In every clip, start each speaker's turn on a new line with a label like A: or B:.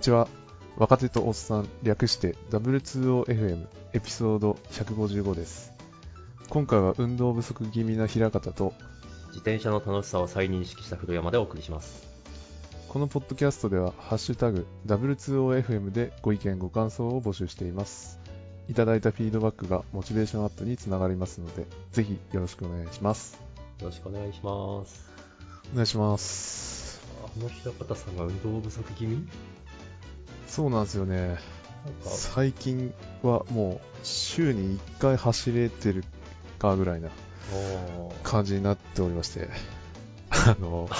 A: ちは。若手とおっさん、略して W2OFM エピソード155です。今回は運動不足気味な平方と、
B: 自転車の楽しさを再認識した古山でお送りします。
A: このポッドキャストでは、ハッシュタグ W2OFM でご意見ご感想を募集しています。いただいたフィードバックがモチベーションアップにつながりますので、ぜひよろしくお願いします。
B: よろしくお願いします。
A: お願いします。
B: あの平方さんが運動不足気味なんか、
A: そうなんですよね。最近はもう週に1回走れてるかぐらいな
B: おー
A: 感じになっておりまして、あの、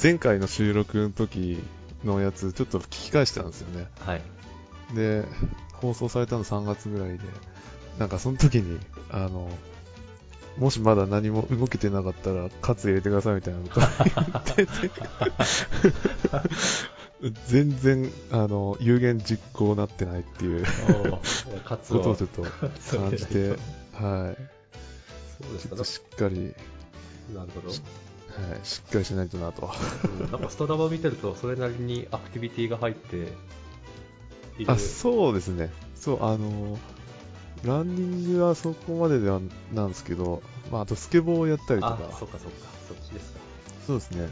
A: 前回の収録の時のやつ、ちょっと聞き返してたんですよね。
B: はい。
A: で、放送されたの3月ぐらいで、なんかその時に、あの、もしまだ何も動けてなかったら、カツ入れてくださいみたいなこと言ってて、全然、あの、有言実行なってないっていう
B: カツ
A: こと
B: を
A: をちょっと感じて、はい。
B: そうで
A: ち
B: す
A: ょ
B: か
A: っとしっかり、
B: なるほど。
A: はい、しっかりしないとなと。
B: うんなんかスタダバ見てると、それなりにアクティビティが入っている。
A: あ、そうですね。そう、あの、ランニングはそこまでではなんですけど、まあ、あとスケボーをやったりとか、
B: あそっかそっか、そっちですか。
A: そうですね。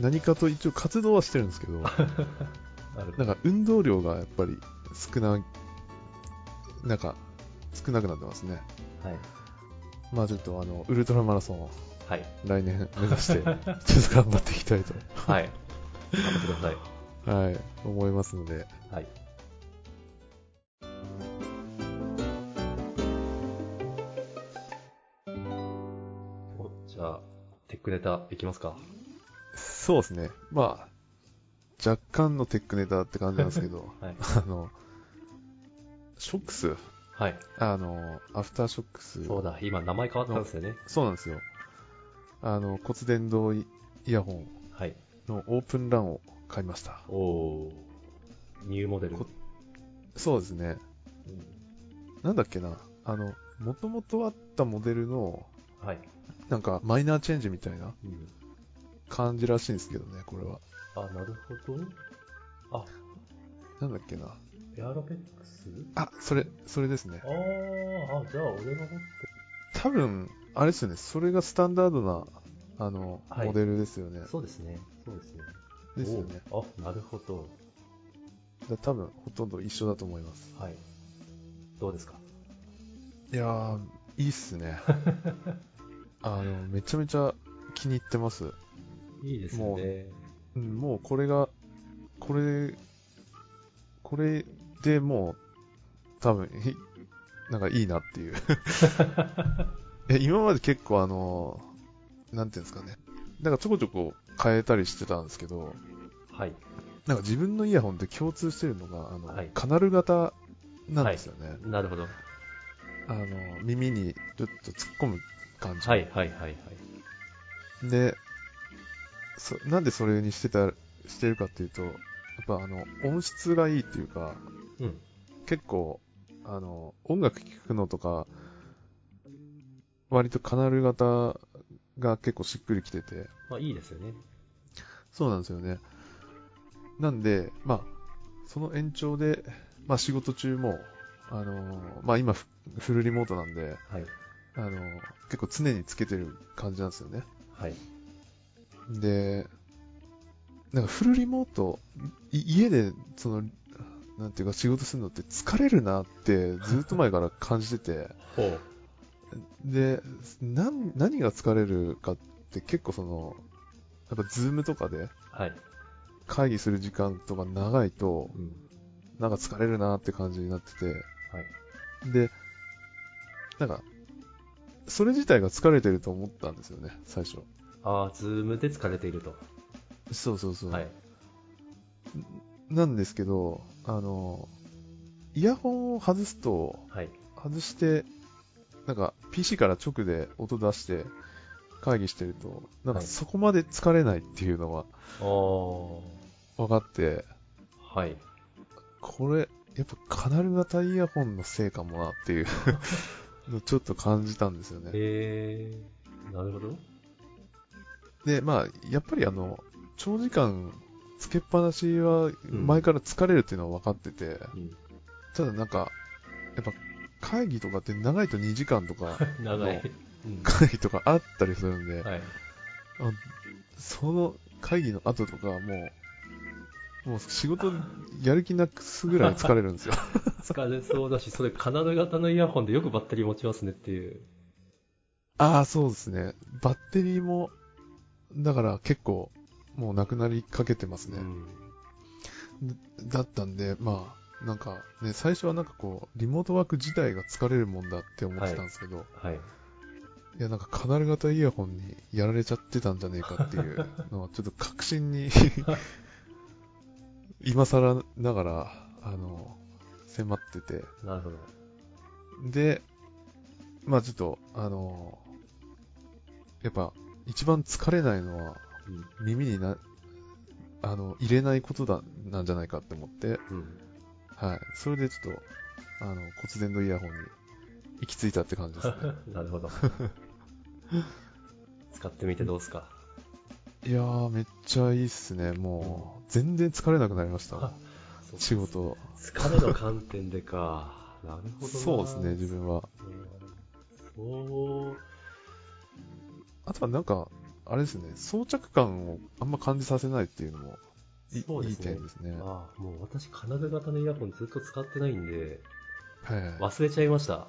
A: 何かと一応活動はしてるんですけ ど、
B: なるほ
A: なんか運動量がやっぱり少な、なんか少なくなってますね。
B: ど。はい。
A: まあちょっとあの、ウルトラマラソンを
B: はい。
A: 来年目指 して、ちょっと頑張っていきたいと、
B: はい。頑張ってください。
A: はい、思いますので、
B: はい。おじゃあ、テックネタいきますか。
A: そうですね。まあ、若干のテックネタって感じなんですけど
B: 、はい
A: あの、ショックス、
B: はい。
A: あの、アフターショックス、
B: そうだ、今名前変わったんですよね。
A: そうなんですよ。あの、骨伝導イヤホン
B: はい。
A: のオープンランを買いました。
B: おおー。ニューモデル。
A: こそうですね。なんだっけな、あの、もともとあったモデルの、
B: はい。
A: なんかマイナーチェンジみたいな
B: うん
A: 感じらしいんですけどね、これは。
B: あ、なるほど。あ、
A: なんだっけな。
B: エアロペックス
A: あ、それ、それですね
B: あ。ーあ、じゃあ俺の持って
A: 多分、あれですよね、それがスタンダードな、あの、
B: はい
A: モデルですよね。
B: そうですね。そうですね。
A: ですよね。
B: おー。あ、なるほど。
A: だ多分、ほとんど一緒だと思います。
B: はい。どうですか
A: いやー、いいっすね。 あの、めちゃめちゃ気に入ってます。
B: いいです
A: も
B: ね。
A: うん、もうこれが、これ、これでもう、多分、いなんかいいなって いう。え今まで結構あの、なんていうんですかね。なんかちょこちょこ変えたりしてたんですけど、
B: はい。
A: なんか自分のイヤホンって共通してるのが、あの、
B: はい
A: カナル型なんですよね。
B: なるほど。
A: あの、耳にちょっと突っ込む感じ。
B: はいはいはいはい。
A: で、そなんでそれにしてた、してるかっていうと、やっぱあの、音質がいいっていうか、
B: うん。
A: 結構、あの、音楽聴くのとか、割とカナル型が結構しっくりきてて、
B: まあいいですよね。
A: そうなんですよね。なんで、まあ、その延長で、まあ仕事中も、あの、まあ今フフルリモートなんで、
B: はい。
A: あの、結構常につけてる感じなんですよね。
B: はい。
A: で、なんかフルリモート、い家で、その、なんていうか仕事するのって疲れるなってずっと前から感じてて、
B: ほう。
A: で、なん何が疲れるかって結構その、やっぱズームとかで
B: はい。
A: 会議する時間とか長いと、
B: うん。
A: なんか疲れるなって感じになって
B: はい。
A: て、で、なんか、それ自体が疲れてると思ったんですよね、最初。
B: ああ、ズームで疲れていると。
A: そうそうそう。
B: はい。
A: なんですけど、あの、イヤホンを外すと、
B: はい。
A: 外して、なんか PC から直で音出して会議してると、なんか
B: はい
A: そこまで疲れないっていうのが
B: ああ。
A: 分かって、
B: はい。
A: これ、やっぱカナル型イヤホンのせいかもなっていうのちょっと感じたんですよね。
B: えー、なるほど。
A: で、まあ、やっぱりあの、長時間つけっぱなしは
B: ん
A: 前から疲れるっていうのは分かってて、
B: うん
A: ただなんか、やっぱ会議とかって長いと2時間とか、
B: 長
A: も
B: い。うん
A: 会議とかあったりするんで、
B: はい。
A: その会議の後とかはもう、もう仕事やる気なくすぐらい疲れるんですよ。
B: 疲れそうだし、それカナダ型のイヤホンでよくバッテリー持ちますねっていう。
A: ああ、そうですね。バッテリーも、だから結構、もうなくなりかけてます
B: う
A: ね。
B: ん。
A: だったんで、まあ、なんかね、最初はなんかこう、リモートワーク自体が疲れるもんだって思ってたんですけど、
B: はい。
A: いや、なんかカナル型イヤホンにやられちゃってたんじゃねえかっていうのは、ちょっと確信に、今更ながら、あの、迫ってて。
B: なるほど。
A: で、まあちょっと、あの、やっぱ、一番疲れないのは、
B: うん
A: 耳にな、あの、入れないことだ、なんじゃないかって思って、
B: うん。
A: はい。それでちょっと、あの、骨伝導イヤホンに行き着いたって感じです ね。
B: なるほど。使ってみてどうですか
A: いやー、めっちゃいいっすね。もう、全然疲れなくなりましたもん。
B: そう
A: 仕事。
B: 疲れの観点でか。なるほどな
A: そうですね、。自分は。
B: そう。
A: あとはなんか、あれですね、装着感をあんま感じさせないっていうのもい、
B: そう
A: い
B: で
A: い
B: すね
A: 点ですね。は
B: ああ、もう私、カナダ型のイヤホンずっと使ってないんで、
A: いはい。あ
B: 忘れちゃいました。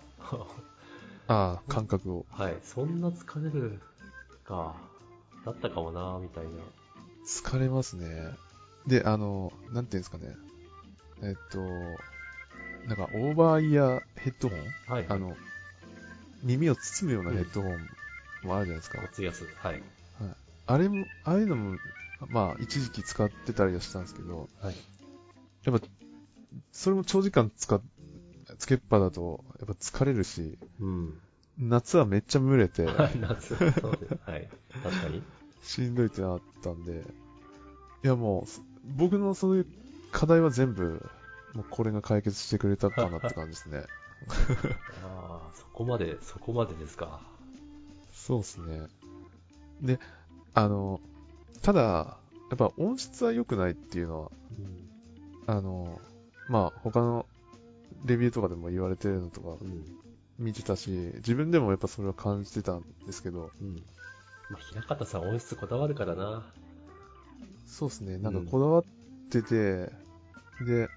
A: あー、感覚を。
B: はい、そんな疲れるか。だったかもな、みたいな。
A: 疲れますね。で、あの、なんていうんですかね。えっと、なんか、オーバーイヤーヘッドホン
B: はい。
A: あの、耳を包むようなヘッドホンもあるじゃないですか。
B: 松安。はい。
A: あれも、ああいうのも、まあ、一時期使ってたりはしたんですけど、
B: はい
A: やっぱ、それも長時間使っ、つけっぱだと、やっぱ疲れるし、
B: うん。
A: 夏はめっちゃ蒸れて、
B: はい、夏。 そうです。はい。確かに。
A: しんどいってなったんで、いやもう、す僕のそういう課題は全部、もうこれが解決してくれたかなって感じですね。
B: ああ、そこまで、そこまでですか。
A: そうですね。で、あの、ただ、やっぱ音質は良くないっていうのは
B: うん。
A: あの、まあ、他のレビューとかでも言われてるのとか
B: うん。
A: 見てたし、自分でもやっぱそれは感じてたんですけど、
B: うん。まあ、平方さん音質こだわるからな。
A: そうですね、
B: ん
A: なんかこだわってて、で、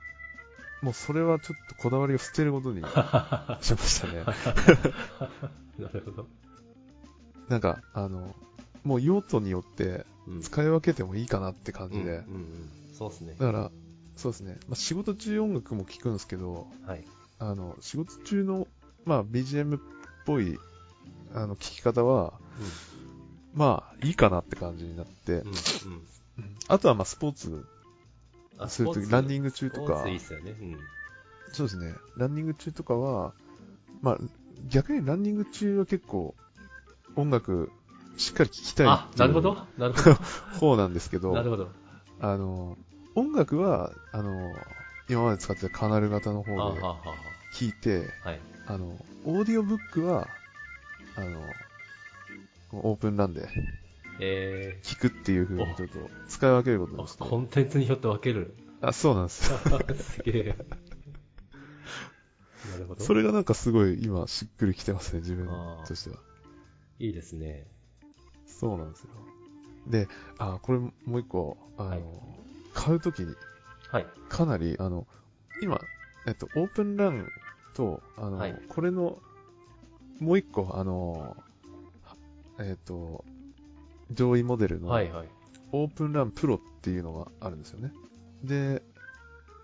A: もうそれはちょっとこだわりを捨てること にしましたね。
B: なるほど。
A: なんか、あの、もう用途によって
B: うん。
A: 使い分けてもいいかなって感
B: う
A: じ
B: ん
A: で、
B: うんうん。そうですね。
A: だから、そうですね、まあ、仕事中音楽も聴くんですけど、
B: はい。
A: あの、仕事中の、まあ、BGM っぽい、あの、聴き方は、まあ、いいかなって感じになって
B: うん。う、ん。うん。
A: あとは、まあ、スポーツ
B: あ
A: するとき、ランニ
B: ン
A: ング中とか
B: スポーツいいっ、すよね。うん。
A: そうですね、ランニング中とかは、まあ、逆にランニング中は結構、音楽、しっかり聴きたい
B: あ、なるほど。なるほ
A: 方なんですけ
B: ど。なる
A: ど、
B: ほど。
A: あの、音楽は、あの、今まで使ってたカナル型の
B: あは
A: 方で
B: ははは。
A: 聴いて、
B: はい。
A: あの、オーディオブックは、あの、オープンランで
B: え
A: 聞くっていう風にちょっと使い分けること
B: ー、
A: に
B: あ
A: して。
B: コンテンツによって分ける。
A: あ、そうなんですよ。
B: すげえ。なるほど。
A: それがなんかすごい今しっくりきてますね、自分としては。
B: いいですね。
A: そうなんですよ。で、あ、これもう一個、あの、
B: はい
A: 買うときに
B: はい。
A: かなり、あの、今、えっと、オープンランと、あの、
B: はい
A: これの、もう一個、あの、えっと、上位モデルの、
B: はいはい。
A: オープンランプロっていうのがあるんですよね。で、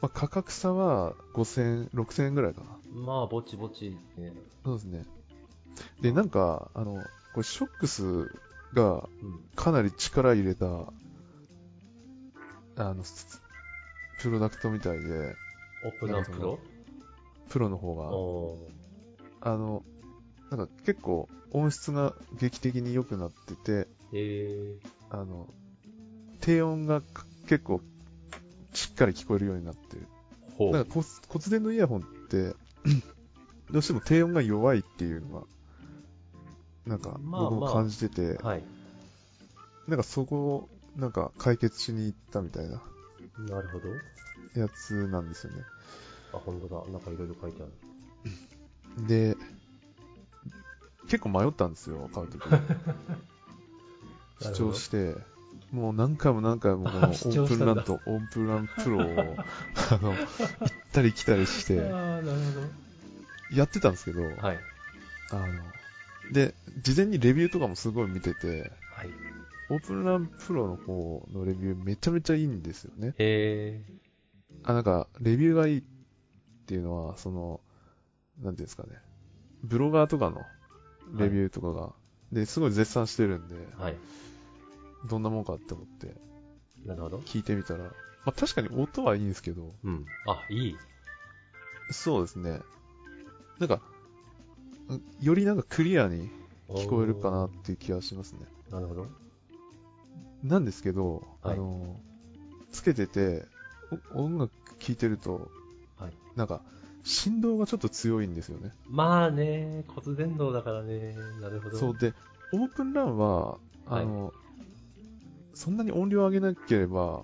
A: まあ、価格差は5000、6000円ぐらいかな。
B: まあ、ぼちぼち、ね。
A: そうですね。で、なんか、あの、これショックスが
B: うん。
A: かなり力入れた、あの、すプロダクトみたいで、
B: オープンランプロ
A: プロの方が、
B: お
A: あの、なんか結構音質が劇的に良くなってて、
B: ーえ
A: あの、低音がか結構しっかり聞こえるようになってる。
B: ー、ほ
A: なん
B: う。
A: か骨骨伝のイヤホンって、どうしても低音が弱いっていうのが、なんか
B: まあ
A: 僕も
B: まあ
A: 感じてて、
B: はい。
A: なんかそこをなんか解決しに行ったみたいな
B: なるほど。
A: やつなんですよね。
B: あ、本当だ。なんかいろいろ書いてある。
A: で、結構迷ったんですよ、買うとき に
B: ほど
A: 主張して、もう何回も何回もこのオ
B: 主張
A: ー
B: し
A: プ
B: た
A: ン
B: んだ
A: ランとオープンランプロをあの行ったり来たりして
B: ああ、なる
A: やってたんですけど、
B: ほど。はい。
A: あので事前にレビューとかもすごい見てて、
B: はい。
A: オープンランプロの方のレビューめちゃめちゃいいんですよね。
B: え
A: あ、なんか、レビューがいいっていうのは、その、なんていうんですかね。ブロガーとかのレビューとかが、で、すごい絶賛してるんで、
B: ー、はい。
A: どんなもんかって思って
B: なるほど。
A: 聞いてみたら、まあ確かに音はいいんですけど、
B: うん。あ、いい。
A: そうですね。なんか、んよりなんかクリアに聞こえるかなっていう気がしますね。
B: おー。なるほど。
A: なんですけど、
B: はい
A: あの、つけてて、お音楽聴いてると、
B: はい
A: なんか、振動がちょっと強いんですよね。
B: まあね、骨伝導だからね。なるほど。
A: そうで、オープンランは、あの、そんなに音量上げなければ、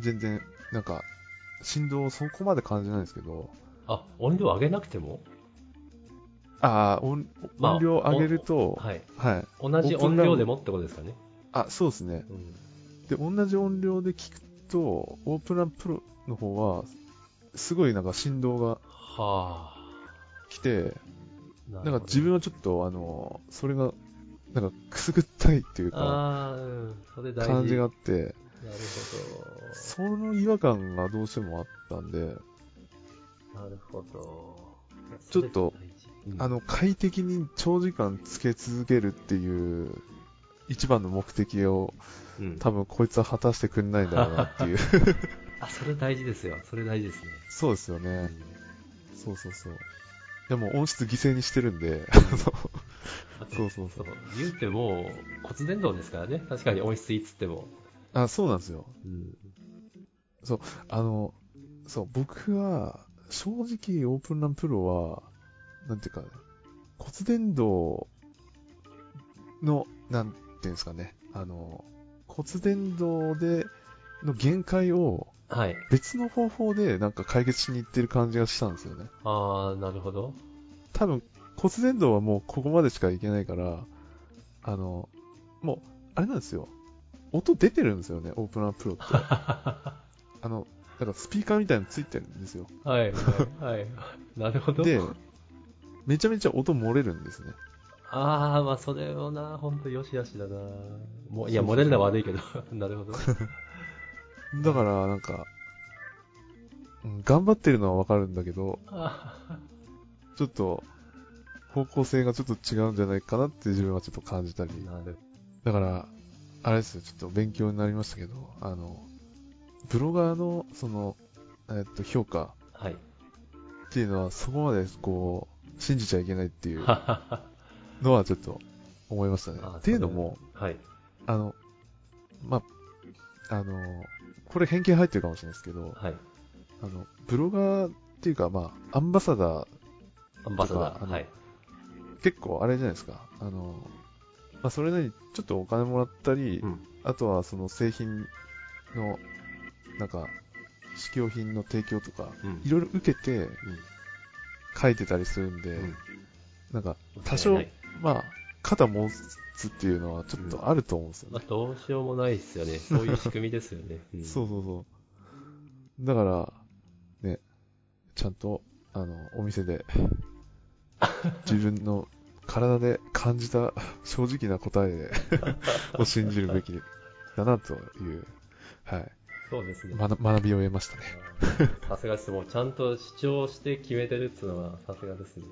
A: 全然、なんか、振動をそこまで感じないんですけど、
B: あ、音量上げなくても
A: ああ、音
B: まあ
A: 音量上げると、
B: はい。
A: はい。
B: 同じ
A: オープ
B: 音
A: ンラウンド
B: 量でもってことですかね。
A: あ、そうですね。
B: うん。
A: で、同じ音量で聞くと、オープンランプロの方は、すごいなんか振動が
B: はあ。
A: 来て、
B: な
A: なんか自分はちょっと、あの、それが、なんかくすぐったいっていうか、
B: ああー、うん。それ大事。
A: 感じがあ
B: なる
A: って、その違和感がどうしてもあったんで、
B: ほど。なるほど。
A: ちょっと
B: それ大事、うん
A: あの、快適に長時間つけ続けるっていう、一番の目的を
B: うん
A: 多分こいつは果たしてくんないんだろうなって いう。
B: あ、それ大事ですよ。それ大事ですね。
A: そうですよ
B: う
A: ね。
B: ん
A: そうそうそう。でも音質犠牲にしてるんで、
B: だっ て
A: そうそうそ
B: そう
A: う。
B: 言うても骨伝導ですからね。確かに音質いいっつっても。
A: あ、そうなんですよ。
B: うん。
A: あの、そう、僕は、正直オープンランプロは、なんていうか、骨伝導の、なんていうんですかね、あの、骨伝導で、の限界を
B: はい。
A: 別の方法でなんか解決しに行ってる感じがしたんですよね。
B: ああ、なるほど。
A: 多分、骨伝導はもうここまでしかいけないから、あの、もう、あれなんですよ。音出てるんですよね、オープンランプロって。あの、だからスピーカーみたいなのついてるんですよ。
B: はい、はい、はい。なるほど。
A: で、めちゃめちゃ音漏れるんですね。
B: ああ、まあ、それをな、ほんとよしよしだな。もういや、
A: そうそう
B: 漏れるのは悪いけど。 なるほど。
A: だから、なんか、うん頑張ってるのはわかるんだけど、
B: あ
A: ちょっと、方向性がちょっと違うんじゃないかなって自分はちょっと感じたり。
B: ーなる
A: だから、あれですよ、ちょっと勉強になりましたけど、あの、ブロガーの、その、えっと、評価
B: はい。
A: っていうのは、そこまで、こう、信じちゃいけないっていうのはちょっと思いましたね
B: あ。ー
A: っていうのも、
B: はい。
A: あの、まあ、あの、これ偏見入ってるかもしれないですけど、
B: はい。
A: あの、ブロガーっていうか、まあ、アンバサダー、
B: アンバサダ
A: とかあ
B: ー。
A: の
B: はい。
A: 結構あれじゃないですか、あの、まあ、それなりにちょっとお金もらったり、
B: うん
A: あとはその製品の、なんか、試供品の提供とか、
B: うん
A: いろいろ受けて書いてたりするんで、
B: うん
A: なんか、
B: うん
A: 多少
B: はい
A: まあ、肩持つっていうのはちょっとあると思うんですよね。
B: まあ、どうしようもないですよね。そういう仕組みですよ ね。うん
A: そうそうそう。だから、ね、ちゃんと、あの、お店で、 自分の体で感じた正直な答え でを信じるべきだなという、はい、
B: そうですね。
A: まな学びを得ましたね。
B: さすがです。もうちゃんと主張して決めてるっていうのはさすがですね。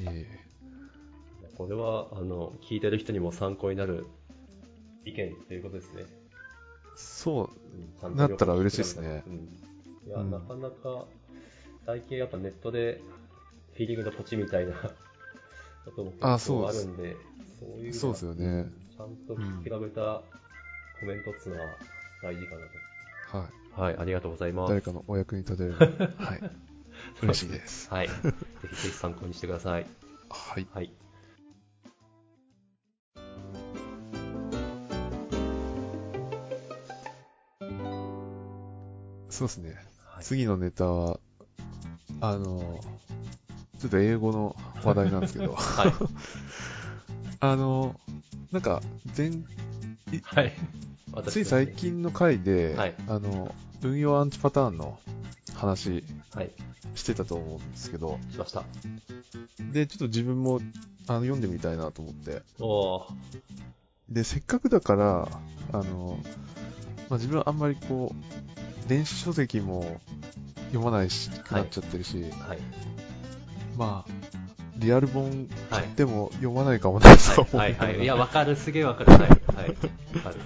A: ええ
B: これは、あの、聞いてる人にも参考になる意見っていうことですね。
A: そ
B: うんちゃんと
A: なったら嬉しいですね
B: うんいや、
A: うん
B: なかなか、最近やっぱネットで、フィーリングのポチみたいなことも結
A: あそう
B: 構あ
A: です
B: るんで、そういう意味
A: う、
B: は
A: そうですよね。
B: ちゃんと聞き比べたコメントっていうのは大事かな
A: は
B: と。はい、ありがとうございま
A: い。
B: す。
A: 誰かのお役に立てる のはい。嬉しいです。
B: はい。ぜひぜひ参考にしてください。
A: はい。
B: はい。
A: そうですね。
B: はい。
A: 次のネタは、あの、ちょっと英語の話題なんですけど、
B: はい。
A: あの、なんか、前、
B: はい。私
A: つい最。近の回で、
B: はい
A: あの、運用アンチパターンの話
B: はい。
A: してたと思うんですけど、
B: しました。
A: で、ちょっと自分もあの読んでみたいなと思って、
B: おー。
A: で、せっかくだから、あの、まあ、自分はあんまりこう、電子書籍も読まないし、くなっちゃってるし、
B: はい。
A: まあ、リアル本
B: はい。
A: でも読まないかもなと思
B: は
A: っ
B: い。
A: た
B: はい。い
A: ら、
B: や、わかる。すげえわかる。はい。はい。わかる。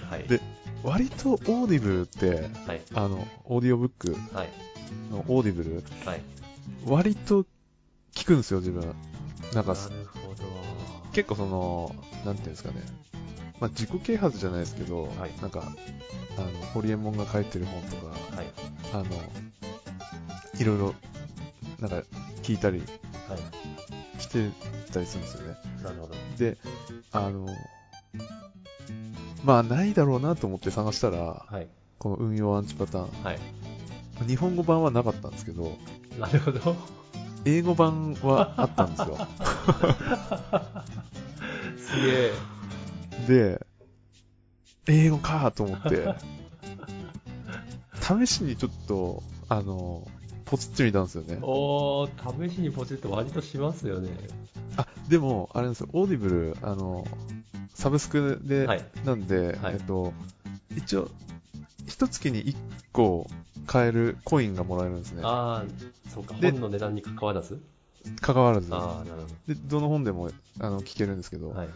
B: はい。
A: で割とオーディブルって、
B: はい。
A: あの、オーディオブック
B: はい。
A: のオーディブル、
B: はい。
A: 割と聞くんですよ、自分。なんか、
B: なるほど。
A: 結構その、なんていうんですかね。まあ、自己啓発じゃないですけど、
B: はい
A: なんか、あの、ホリエモンが書いてる本とか、
B: はい。
A: あの、いろいろ、なんか、聞いたり
B: はい。
A: してたりするんですよね。
B: なるほど。
A: で、あの、まあ、ないだろうなと思って探したら、
B: はい。
A: この運用アンチパター
B: はい。
A: ン。日本語版はなかったんですけど、
B: なるほど。
A: 英語版はあったんですよ。
B: すげえ。
A: で、英語かと思って、試しにちょっと、あの、ポツってみたんですよね。
B: おー、試しにポチって割としますよね。
A: あ、でも、あれなんですよ、オーディブル、あの、サブスクで、
B: はい
A: なんで、
B: は
A: え
B: い
A: っと、一応、一月に1個買えるコインがもらえるんですね。
B: ああ、そうか。
A: で
B: 本の値段に関わらず。
A: 関わらず。
B: ああ、なるほ
A: で、どの本でも、あの、聞けるんですけど、
B: ど。はい。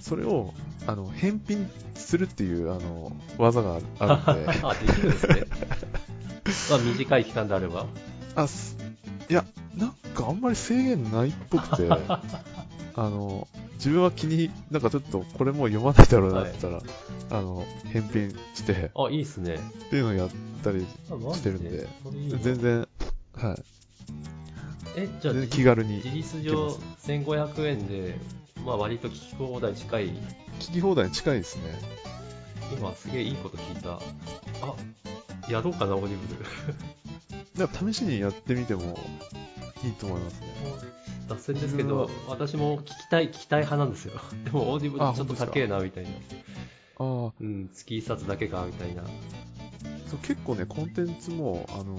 A: それを、あの、返品するっていう、あの、技がああるんで、
B: あ、できるんですね。まあ、短い期間であれば。
A: あ、すいや、なんかあんまり制限ないっぽく て、あの、自分は気に、なんかちょっとこれもう読まないだろうなって言ったら、あの、返品して、っ
B: あ、いいっすね。
A: ていうのをやったり、
B: あマジ
A: してるんで
B: それいいな
A: 全然、はい、
B: え、じゃあ
A: 全然
B: 事
A: 気
B: 実、
A: 軽に、
B: 事実
A: いけ
B: 上
A: ます
B: 1500円で、まあ、割と聞き放題近い。
A: 聞き放題に近いですね。
B: 今、すげえいいこと聞いた。あ、やろうかな、オリブル。
A: だから試しにやってみてもいいと思いますね。
B: 脱線ですけど、私も聞きたい、聞きたい派なんですよ。 でも、オーディブル
A: あ
B: ちょっと高えな、みたいな。
A: ああ、
B: うん、月一冊だけか、みたいな。
A: そう結構ね、コンテンツも、あの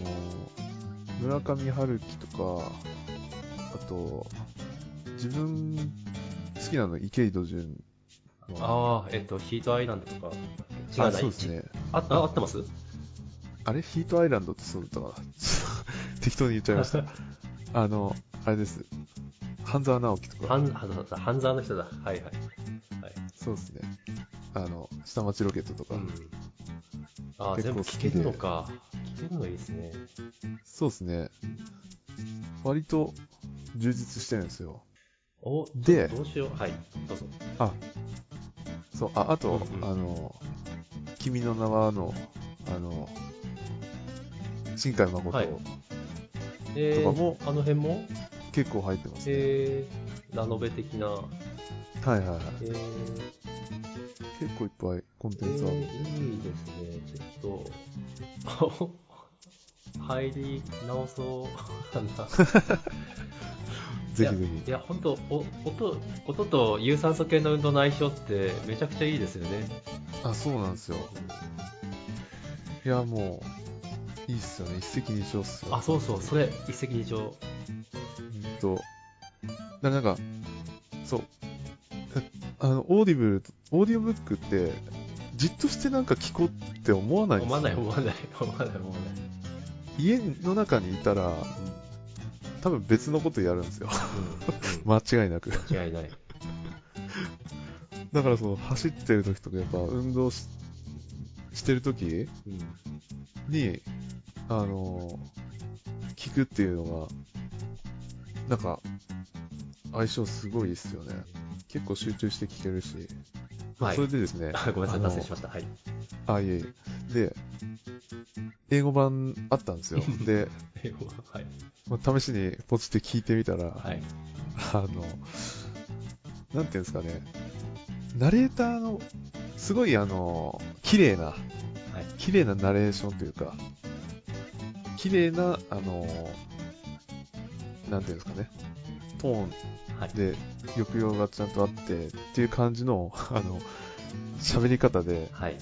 A: 村上春樹とか、あと、自分好きなの池井戸潤の
B: ああ、えっと、ヒートアイランドとか。違う
A: あ
B: な、
A: そうですね。
B: ああ合ってます
A: あれヒートアイランドってそうだったかな 適当に言っちゃいま した。あの、あれです。半沢直樹と
B: ハ
A: か。
B: ンハンザハンザーの人だ。はいはい。はい。
A: そうですね。あの、下町ロケットとか。
B: うん。ああ、
A: 結
B: 全
A: 構
B: 部
A: 好
B: 聞
A: きで
B: けるのか。聞けるのいいですね。
A: そうですね。割と充実してるんですよ。
B: お、
A: で
B: どうしよう。はい、どうぞ。
A: そう、あ、あと、
B: うんうん
A: あの、君の名はの、あの、新海誠、
B: はいえー、
A: とかも
B: あの辺も
A: 結構入ってますね。
B: えー、ラノベ的な。
A: はいはいはい。
B: えー、
A: 結構いっぱいコン
B: え
A: テンツあるんで。
B: ー、いいですね。ちょっと、 入り直そう かな。
A: ぜひぜ
B: いや、本当お音、音と有酸素系の運動の相性ってめちゃくちゃいいですよね。
A: ひ。あ、そうなんですよ。いや、もう、いいっすよね。一石二鳥っすよ。
B: あ、そうそう、それ、一石二鳥。
A: うんと。だなんか、そう。あの、オーディブル、オーディオブックって、じっとしてなんか聞こうって思わないんです
B: 思
A: よ
B: わない、思わない、思わない、思わない。
A: 家の中にいたら、多分別のことやるんですよ。
B: うん、
A: 間違いなく。
B: 間違いない。
A: だからその、走ってる時とか、やっぱ運動ししてる時
B: うん、
A: に、あのー聞くっていうのが、なんか、相性すごいいいっすよね。結構集中して聞けるし。まあ
B: はい
A: それでですね。
B: ごめんなさい、
A: あの
B: 脱線しました。はい。
A: あ、いえいえ。で、英語版あったんです よ。で、
B: はい。
A: まあ試しにポチって聞いてみたら、
B: はい。
A: あの、なんていうんですかね、ナレーターの、すごいあの、綺麗な、
B: はい
A: 綺麗なナレーションというか、綺麗な、あのーなんていうんですかね、トーン
B: はい。
A: で抑揚がちゃんとあってっていう感じの、あの、喋り方で
B: はい。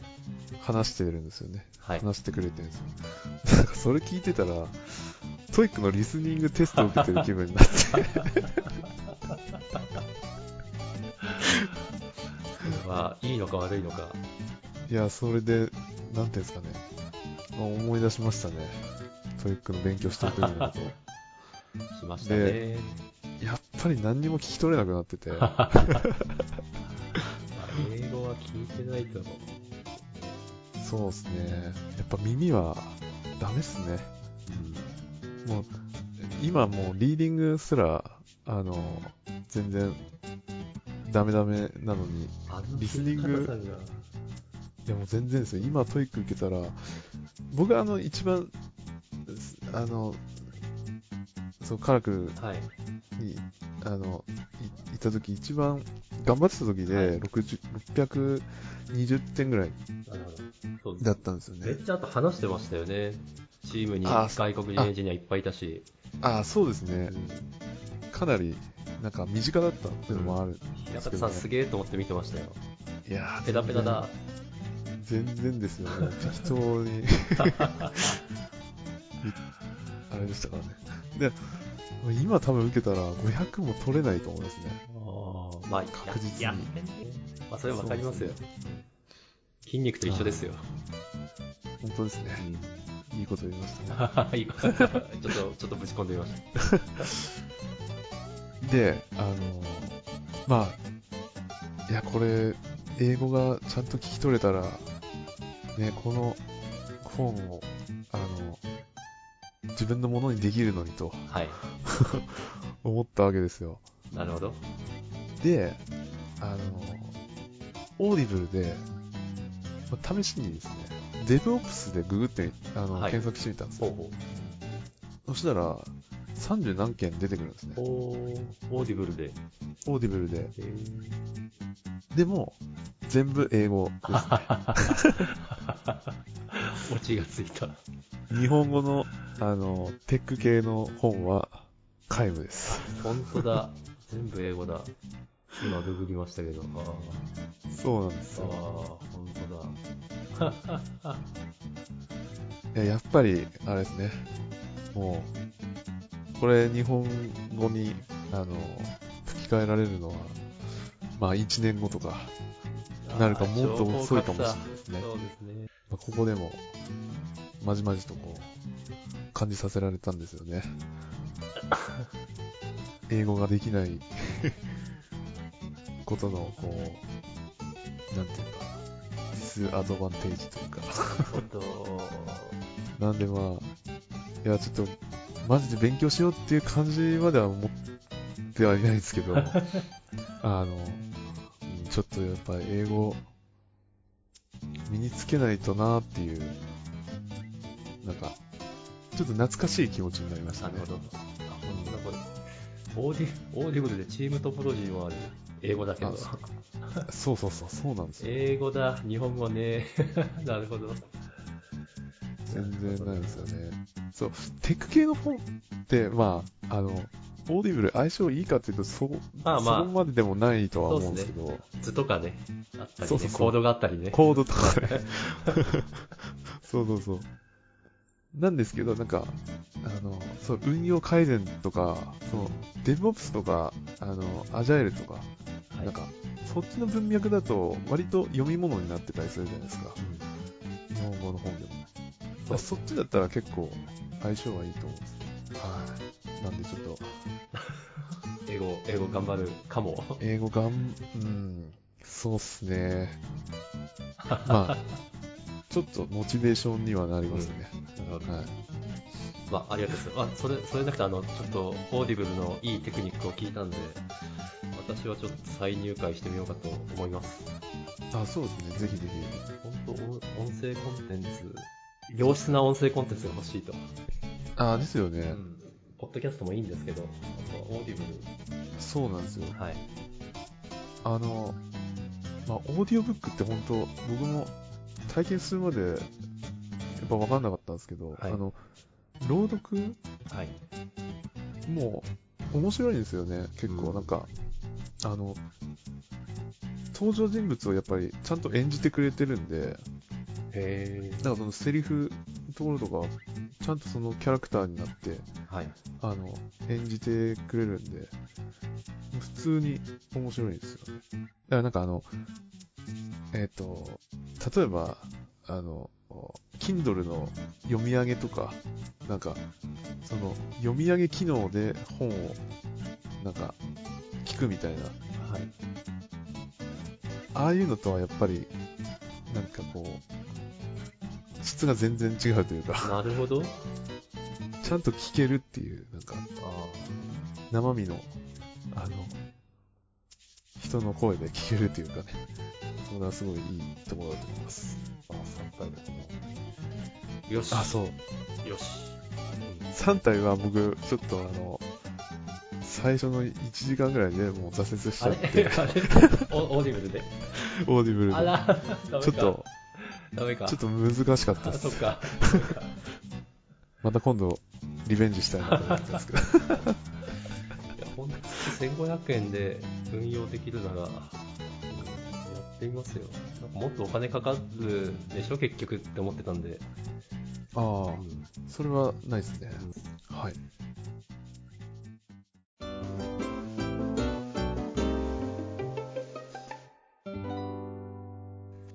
A: 話してるんですよね。
B: はい。
A: 話してくれてるんですよ。 なんかそれ聞いてたら、トイックのリスニングテストを受けてる気分 になって。
B: これはいいのか悪いのか。
A: いや、それで、なんていうんですかね、まあ思い出しましたね。トイックの勉強してる時の ことを。
B: しましたね。
A: やっぱり何にも聞き取れなくなってて。
B: まあ英語は聞いてないと思う。
A: そうですね。やっぱ耳はダメっすね。もう、今もうリーディングすら、あの、全然ダメダメなのに、
B: あの
A: リスニング
B: 方さんが
A: いやもう全然ですよ。今トイック受けたら、僕はあの一番、あの、そう、カラクル
B: はい。
A: に、あの、いいた時一番頑張ってた時
B: は
A: で、
B: い
A: 60 620点ぐらい
B: あのそう
A: だったんですよ
B: めっ
A: ね。
B: ちゃあと話してましたよね。チームに
A: あ
B: 外国人エンジニアいっぱいいたし。
A: ああ、そうですね
B: う。ん
A: かなり、なんか身近だったっていうのもある。
B: 平方さんすげえと思って見てましたよ。
A: いやー
B: ペラペラだ。
A: 全然ですよね。適当 に。あれでしたからね。で、今多分受けたら500も取れないと思いますね。
B: あーまあ、
A: 確実に
B: いやいやまあ、それはわかりますよ
A: そう。
B: 筋肉と一緒ですよ。
A: 本当ですね。いいこと言いましたね。
B: はい。 ちょっと、ちょっとぶち込んでみまし
A: で、あのーまあ、いや、これ、英語がちゃんと聞き取れたら、ね、このフォームを、あの自分のものにできるのにと
B: た。はい。
A: 思ったわけですよ。
B: なるほど。
A: で、あの、オーディブルで、まあ試しにですね、DevOps でググってあの、
B: はい
A: 検索してみたんです
B: ほう
A: よ。
B: ほ
A: そしたら、30何件出てくるんですね
B: う。。おオーディブルで。
A: オーディブルで。
B: えー
A: でも、全部英語ですね。
B: オチがついた。
A: 日本語の、あの、テック系の本は、皆無です。
B: 本当だ。全部英語だ。今、ググりましたけど。あー
A: そうなんです
B: ああ、
A: よ。
B: 本当だ。
A: いややっぱり、あれですね。もう、これ日本語に、あの、吹き替えられるのは、まあ1年後とか、なるかもっと遅いかもしれないですね
B: そうですね。
A: まあここでも、まじまじとこう、感じさせられたんですよね。英語ができないことの、こう、なんていうか、ディスアドバンテージというか、
B: 本当。
A: なんでまあ、いや、ちょっと、マジで勉強しようっていう感じまでは思ってはいないですけ ど、あの、うんちょっとやっぱり英語、身につけないとなっていう、なんか、ちょっと懐かしい気持ちになりました
B: な
A: ね
B: る。ほど。あ本当だこれオーディオーディブルでチームトポロジーはある。英語だけど
A: あ。そそうそうそう、そうなんですよ。
B: 英語だ、日本語ね。 なるほど。
A: 全然ないですよね。そう、テック系の本って、まあ、あの、オーディブル相性いいかっていうと、そう、
B: まあ
A: そこ
B: ま
A: まででもないとは思うんですけど、
B: あ、図とかね、あったり
A: そ
B: ね、
A: うそうそう
B: コードがあったりね。
A: コードとかね。 そうそうそう。なんですけど、なんか、あの、そう、運用改善とか、その、DevOps とか、あの、Agile とか、
B: はい
A: なんか、そっちの文脈だと、割と読み物になってたりするじゃないですか
B: う。ん
A: 日本語の本でも。
B: そう
A: そっちだったら結構、相性はいいと思うんですはい。なんでちょっと、
B: 英語、英語頑張るかも。
A: 英語がん、うん、そうっす ね。まあ、ちょっとモチベーションにはなりますね。はい。
B: まあ、ありがとうございます。あ、それ、それなくて、あの、ちょっと、オーディブルのいいテクニックを聞いたんで、私はちょっと再入会してみようかと思います。
A: あ、そうですね。ぜひぜひ。
B: 本当音音声コンテンツ、良質な音声コンテンツが欲しいと。
A: あ、ですよね。
B: うん。ポッドキャストもいいんですけど、あとはオーディブル。
A: そうなんですよ。
B: はい。
A: あの、まあ、オーディオブックって本当、僕も体験するまで、やっぱ分かんなかったんですけど、
B: はい
A: あの、朗読
B: はい。
A: もう面白いんですよね結
B: う
A: 構
B: ん
A: なんか、あの登場人物をやっぱりちゃんと演じてくれてるんで
B: へ
A: だからそのセリフのところとかはちゃんとそのキャラクターになって
B: ー。はい。
A: あの演じてくれるんで普通に面白いですよねだからなんかあのえっ、と例えばあの Kindle の読み上げとかなんかその読み上げ機能で本をなんか聞くみたいな
B: はい。
A: ああいうのとはやっぱりなんかこう質が全然違うというか
B: なるほど。
A: ちゃんと聞けるっていうなんか
B: あ
A: 生身の、あの、人の声で聞けるというかね、それはすごいいいところだと思います。
B: あ、3体だな。よし。
A: あ、そう。
B: よし。
A: 3体は僕、ちょっとあの、最初の1時間ぐらいでもう挫折しち
B: あ
A: ゃ
B: れ
A: って、
B: あれオオーディブルで。
A: オーディブル
B: あ
A: で。
B: ら、ダメ
A: ちょ
B: か。
A: っと、
B: ダメか。
A: ちょっと難しかった
B: あ、
A: で
B: そっ
A: す。
B: か。
A: また今度、リベンジしたいなと思ってますけ ど。
B: いや、ほんと、1500円で運用できるなら、うんやってみますよ。なんかもっとお金かかるでしょ、結局って思ってたんで。
A: あ
B: うん
A: あ、それはないですね。はい。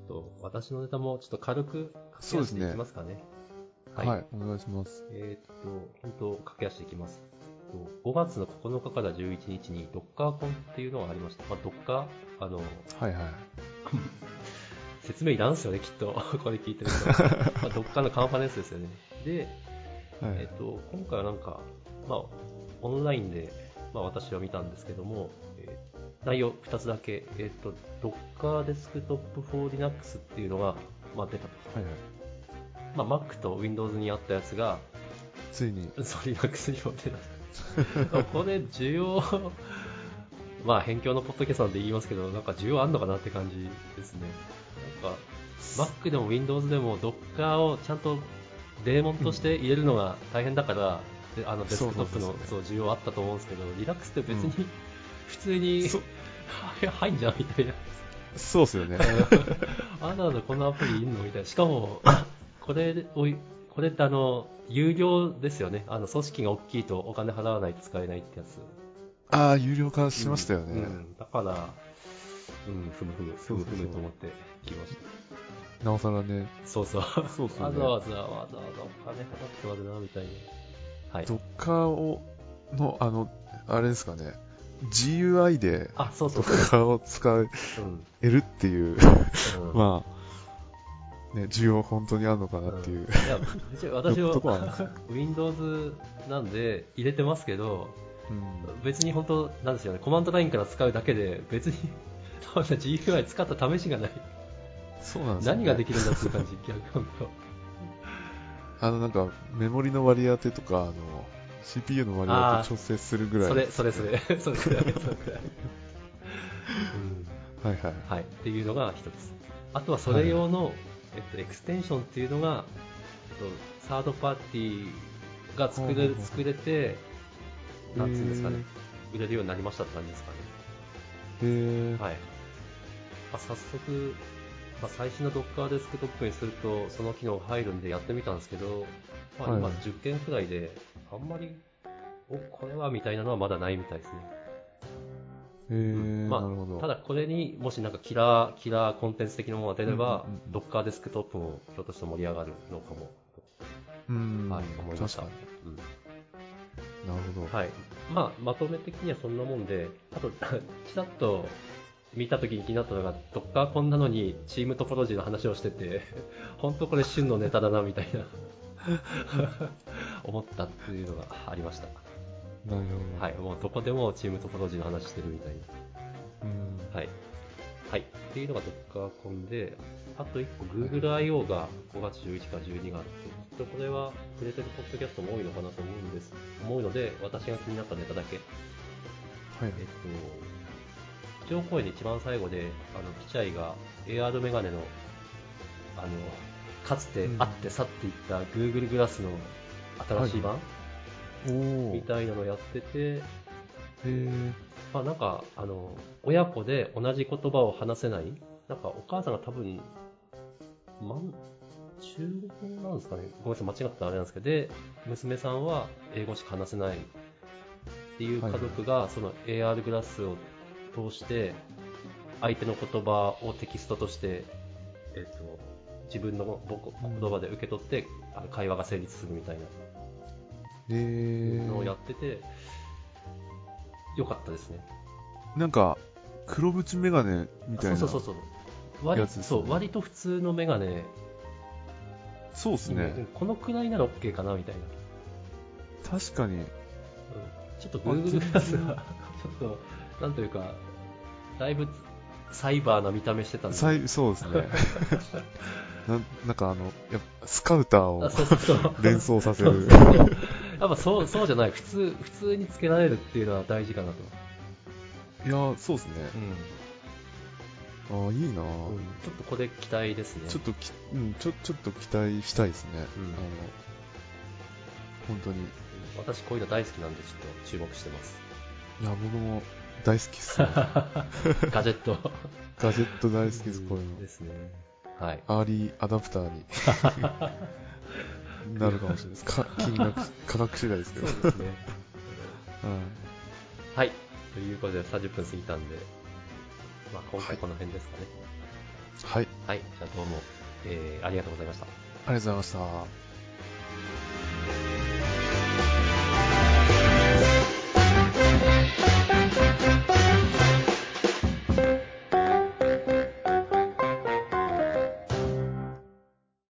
B: と私のネタもちょっと軽く
A: そうです
B: 駆け足で
A: ね
B: いきますかね。
A: はい、お願いします。
B: えーっと、本当、駆け足でいきます。と5月の9日から11日にドッカーコンっていうのがありました。まあ、ドッカー、あの、
A: はいはい。
B: 説明いらんっすよね、きっと。 これ聞いて る人は。まあ、ドッカーのカンファレンスですよね。で、
A: はい、
B: えっと、今回はなんか、まあ、オンラインで、まあ、私は見たんですけども、えー内容2つだけ、えっと、Docker デスクトップ for Linux っていうのが、まあ、出たと。
A: はいはい。
B: まあ、Mac と Windows にあったやつが、
A: ついに、
B: そう Linux にも出た。これ、需要、まあ、辺境のポッドキャストなんで言いますけど、なんか需要あんのかなって感じですね。なんか、Mac でも Windows でも Docker をちゃんとデーモンとして入れるのが大変だから、であのデスクトップの
A: そうなんです
B: そう需要あったと思うんですけど、Linux って別
A: うん
B: に普通に、
A: そ
B: は 入んじゃんみたいな。
A: そうっす よね。
B: あなたこのアプリいんのみたいな。し かも、これを、これってあの、有料ですよね。あの、組織が大きいとお金払わないと使えないってやつ。
A: ああ、有料化しましたよね。
B: うんうんだから、うん、ふむふむ、ふ
A: そう
B: む
A: そうそう
B: ふむと思って来ました。
A: なおさらね、
B: そうそう。
A: そうっすよ
B: わ
A: ね
B: ざわざ、わざわざお金払ってまでな、みたいな。はい。
A: ドッカーを、の、あの、あれですかね、GUI で
B: あ、そう
A: ド
B: そうそう。
A: ッカーを使
B: うん。
A: えるっていう、
B: うん
A: まあ、ね、需要本当にあるのかなっていう、
B: いや、一応私
A: とこはあ
B: は
A: るんですよ
B: Windows なんで入れてますけど、
A: うん
B: 別に本当なんですよねコマンドラインから使うだけで別に多分 GUI 使った試しがない
A: そうなんですよね
B: 何ができるんだっていう感じ逆に言うと
A: あの、なんか、メモリの割り当てとか、あの、CPU の割り当て調整するぐらい。
B: それそれそれそれくらいそれくらい、うん
A: はいはい。
B: はい、っていうのが一つあとはそれ用の、えっと、エクステンションっていうのが、えっと、サードパーティーが作
A: ほう
B: れ
A: ほうほう
B: 作れてなんつうんですかね
A: へ
B: 売れるようになりましたって感じですかね
A: えー、
B: はいまあ、早速、まあ、最新の Docker デスクトップにするとその機能入るんでやってみたんですけど、まあ、今
A: はい
B: 10件くらいであんまりおこれはみたいなのはまだないみたいですね、
A: えー、
B: ま
A: なるほど。
B: あ、ただこれにもしなんかキラーキラーコンテンツ的なものが出れば、
A: うんうんうん
B: Docker デスクトップもひょっとして盛り上がるのかもと、
A: うん、
B: はい、思いました
A: 確か
B: うん
A: になるほど。
B: はいまあ、まとめ的にはそんなもんで、あと、 ちらっと見たときに気になったのが、ドッカーこんなのにチームトポロジーの話をしてて、 本当これ、旬のネタだなみたいな 思ったっていうのがありました。
A: なるほど。
B: はい、もうどこでもチームトポロジーの話してるみたいな。
A: うん。
B: はいはい、っていうのがドッカーコンで、あと1個 GoogleIO が5月11日から12があって、きっとこれは触れてるポッドキャストも多いのかなと思うんです、思うので、私が気になったネタだけ
A: はい。
B: えっと、基調講演の一番最後で、あの、ピチャイが AR メガネの、あの、かつて
A: うん
B: あって去っていった Google グラスの新しい版、
A: お
B: み
A: ー。
B: たいなのやってて、
A: えー、
B: まあなんか、あの、親子で同じ言葉を話せない、なんかお母さんが多分、まん、中国語なんですかねごめんなさい、間違ったらあれなんですけど、で、娘さんは英語しか話せないっていう家族が、その AR グラスを通して、相手の言葉をテキストとして、えっ、と、自分の母国言葉で受け取って、あの会話が成立するみたいな。
A: え
B: のをや
A: ー、
B: ってて、良かったですね。
A: なんか、黒縁メガネみたいな。
B: そうそうそうそう。割
A: やつですね
B: そう割と普通のメガネ、
A: そうですね。
B: このくらいなら OK かなみたいな。
A: 確かに。
B: うんちょっと
A: あ
B: Google グラスは、ちょっと、なんというか、だいぶサイバーな見た目してたんで。
A: さいそうです ね。 ななんかあの、やっぱスカウター
B: あ
A: を
B: そうそうそう。
A: 連想させ る。
B: やっぱそうそうじゃない普通、普通につけられるっていうのは大事かなと。
A: いや、そうですね。
B: うん
A: ああ、いいな、
B: ちょっとこれ期待ですね。
A: ちょっとき、うん、ちょ、ちょっと期待したいですね。
B: うん
A: あの、本当に。
B: 私、こういうの大好きなんで、ちょっと注目してます。
A: いや、僕も大好きっすね。
B: ガジェット。
A: ガジェット 大好きです、こういうの。
B: ですね。はい。
A: アーリーアダプターに なるかもしれないです。か金額、価格次第ですけど。はい。
B: ですね。はい。ということで、30分過ぎたんで、まあ、今回この辺ですかね。
A: はい。
B: はい。じゃあどうも、えー、ありがとうございました。
A: ありがとうございました。